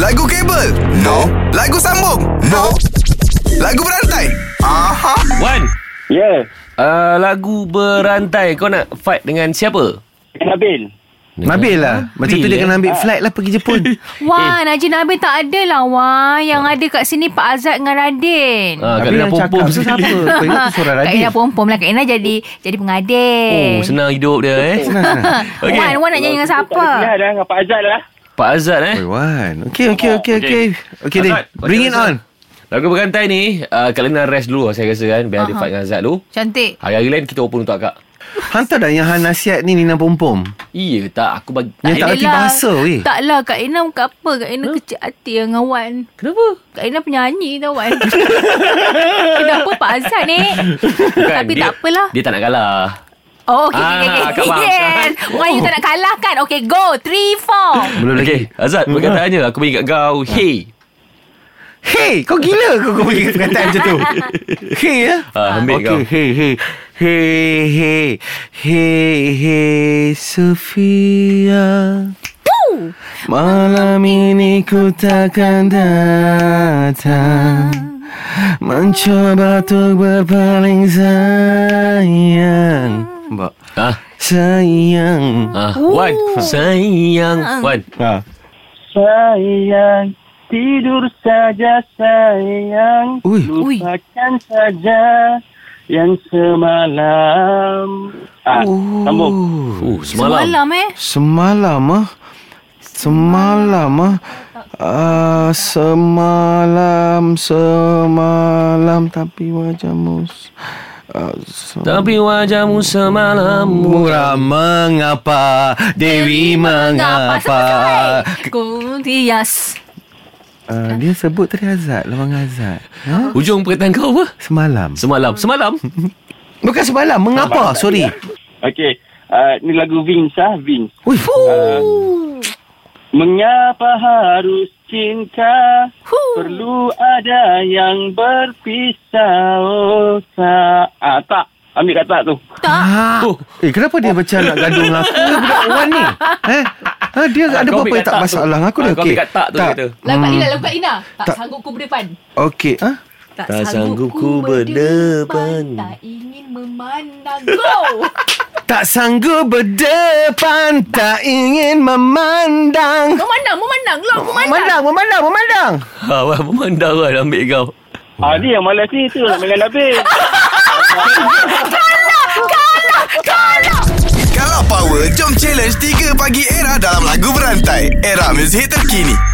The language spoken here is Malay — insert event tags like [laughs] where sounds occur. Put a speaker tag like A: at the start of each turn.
A: Lagu kabel? No. Lagu sambung? No. Lagu berantai? Aha.
B: Wan
C: Ya,
B: uh, Lagu berantai Kau nak fight dengan siapa?
C: Nabil.
D: Nabil lah Macam tu
B: Nabil,
D: dia
B: eh?
D: kena ambil flight lah pergi Jepun
E: Wan, Haji Nabil tak ada lah Wan. Yang ada kat sini Pak Azad dengan Radin.
B: [laughs] Ah, Kak
D: Nabil
B: Lina
D: yang
B: pom-pom
D: cakap tu
B: [laughs] sekali.
D: siapa? Kau ingat tu suara
E: Kak
D: Radin
E: Ina pom-pom lah. Kak Ina jadi jadi
B: Oh
E: pengadil.
B: senang hidup dia eh
E: Okay. [laughs] Wan, Wan nak nyanyi dengan siapa?
C: Tak ada pilihan lah, dengan Pak Azad lah.
B: Pak Azad eh
D: Oi, Wan Okay okay okay okay Okay
B: Oh, Azad,
D: then
B: macam
D: Bring it
B: mana?
D: on
B: Lagu berantai ni uh, Kak Lina rest dulu lah, Saya rasa kan Biar dia
E: Aha.
B: fight dengan Azad dulu
E: Cantik.
B: Hari-hari lain kita open untuk akak
D: Hantar dah yang Han nasihat ni Nina Pompom
B: Iya tak eh? Aku bagi
D: Yang tak
B: elok.
D: reti bahasa weh
E: Taklah Kak Ina bukan apa. Kak Ina kecil hati dengan Wan.
B: Kenapa?
E: Kak Ina penyanyi tau
B: [laughs]
E: Wan. Kenapa Pak Azad ni? Tapi
B: dia,
E: tak apalah.
B: Dia tak nak kalah
E: Oh, okay,
B: Ah,
E: okay,
B: Kak
E: okay.
B: faham,
E: Yes. Wan, you tak nak kalah kan? Okay, go. Three, four.
D: Belum lah.
B: Okay
D: lagi
B: Azad perkataannya Aku bagi kat kau Hey
D: Hey kau gila kau Kau pergi perkataan macam
B: [laughs]
D: tu Hey ya
B: Ah, ambil
D: Okay
B: kau.
D: hey hey Hey hey Hey hey Sofia
E: Woo!
D: Malam ini ku takkan datang Mencoba untuk berpaling sayang Mbak
B: Ah,
D: Sayang
B: ah. Wan
E: Ah.
B: Sayang Wan
D: ha.
C: Sayang, tidur saja sayang.
D: Ui.
E: Ui.
C: Lupakan saja yang semalam. Ah, sambung.
B: Oh, semalam.
E: Semalam eh.
D: Semalam ah Semalam ah Ah, Semalam Semalam Tapi wajahmu uh,
B: Tapi wajahmu semalam
D: Muram mengapa Dewi mengapa
E: Kuntias.
D: uh, Dia sebut tadi Azad Lawang Azad ha?
B: Hujung perkataan kau apa?
D: Semalam
B: Semalam Semalam
D: Bukan semalam Mengapa Sorry
C: Okey. ah, ni lagu Vince ah, Vince.
D: Ui.
C: Mengapa harus cinta? Perlu ada yang berpisah. Oh, tak. Ah, tak. Ambil kata tu.
D: Ah.
B: Oh.
D: Eh kenapa dia macam nak gaduh dengan aku ni Budak Wan
B: [laughs]
D: ni Eh Ha, dia
B: Ah,
D: ada
B: kau
D: apa-apa
B: ambil kat
D: yang tak
B: tak
D: masalah
B: tu.
D: dengan aku
B: Ah,
D: dia
B: kau ambil kat tak tu dia kata. [laughs]
E: Lagu Kak Lina, lagu Kak Ina. Tak,
D: Tak.
E: sanggup ku berdepan.
D: Okey ah.
B: Tak sanggup ku berdepan.
E: Tak ingin memandang.
B: [laughs]
E: Go!
D: Tak sanggup berdepan Tak ingin memandang
E: memandang, memandang. Lah, memandang.
D: Memandang, memandang, memandang
B: Ha, Wan memandang Wan ambil kau
C: Ah, dia yang malas ni tu dengan Nabil.
A: Kalau power, jom challenge 3 pagi era dalam lagu berantai. Era muzik terkini.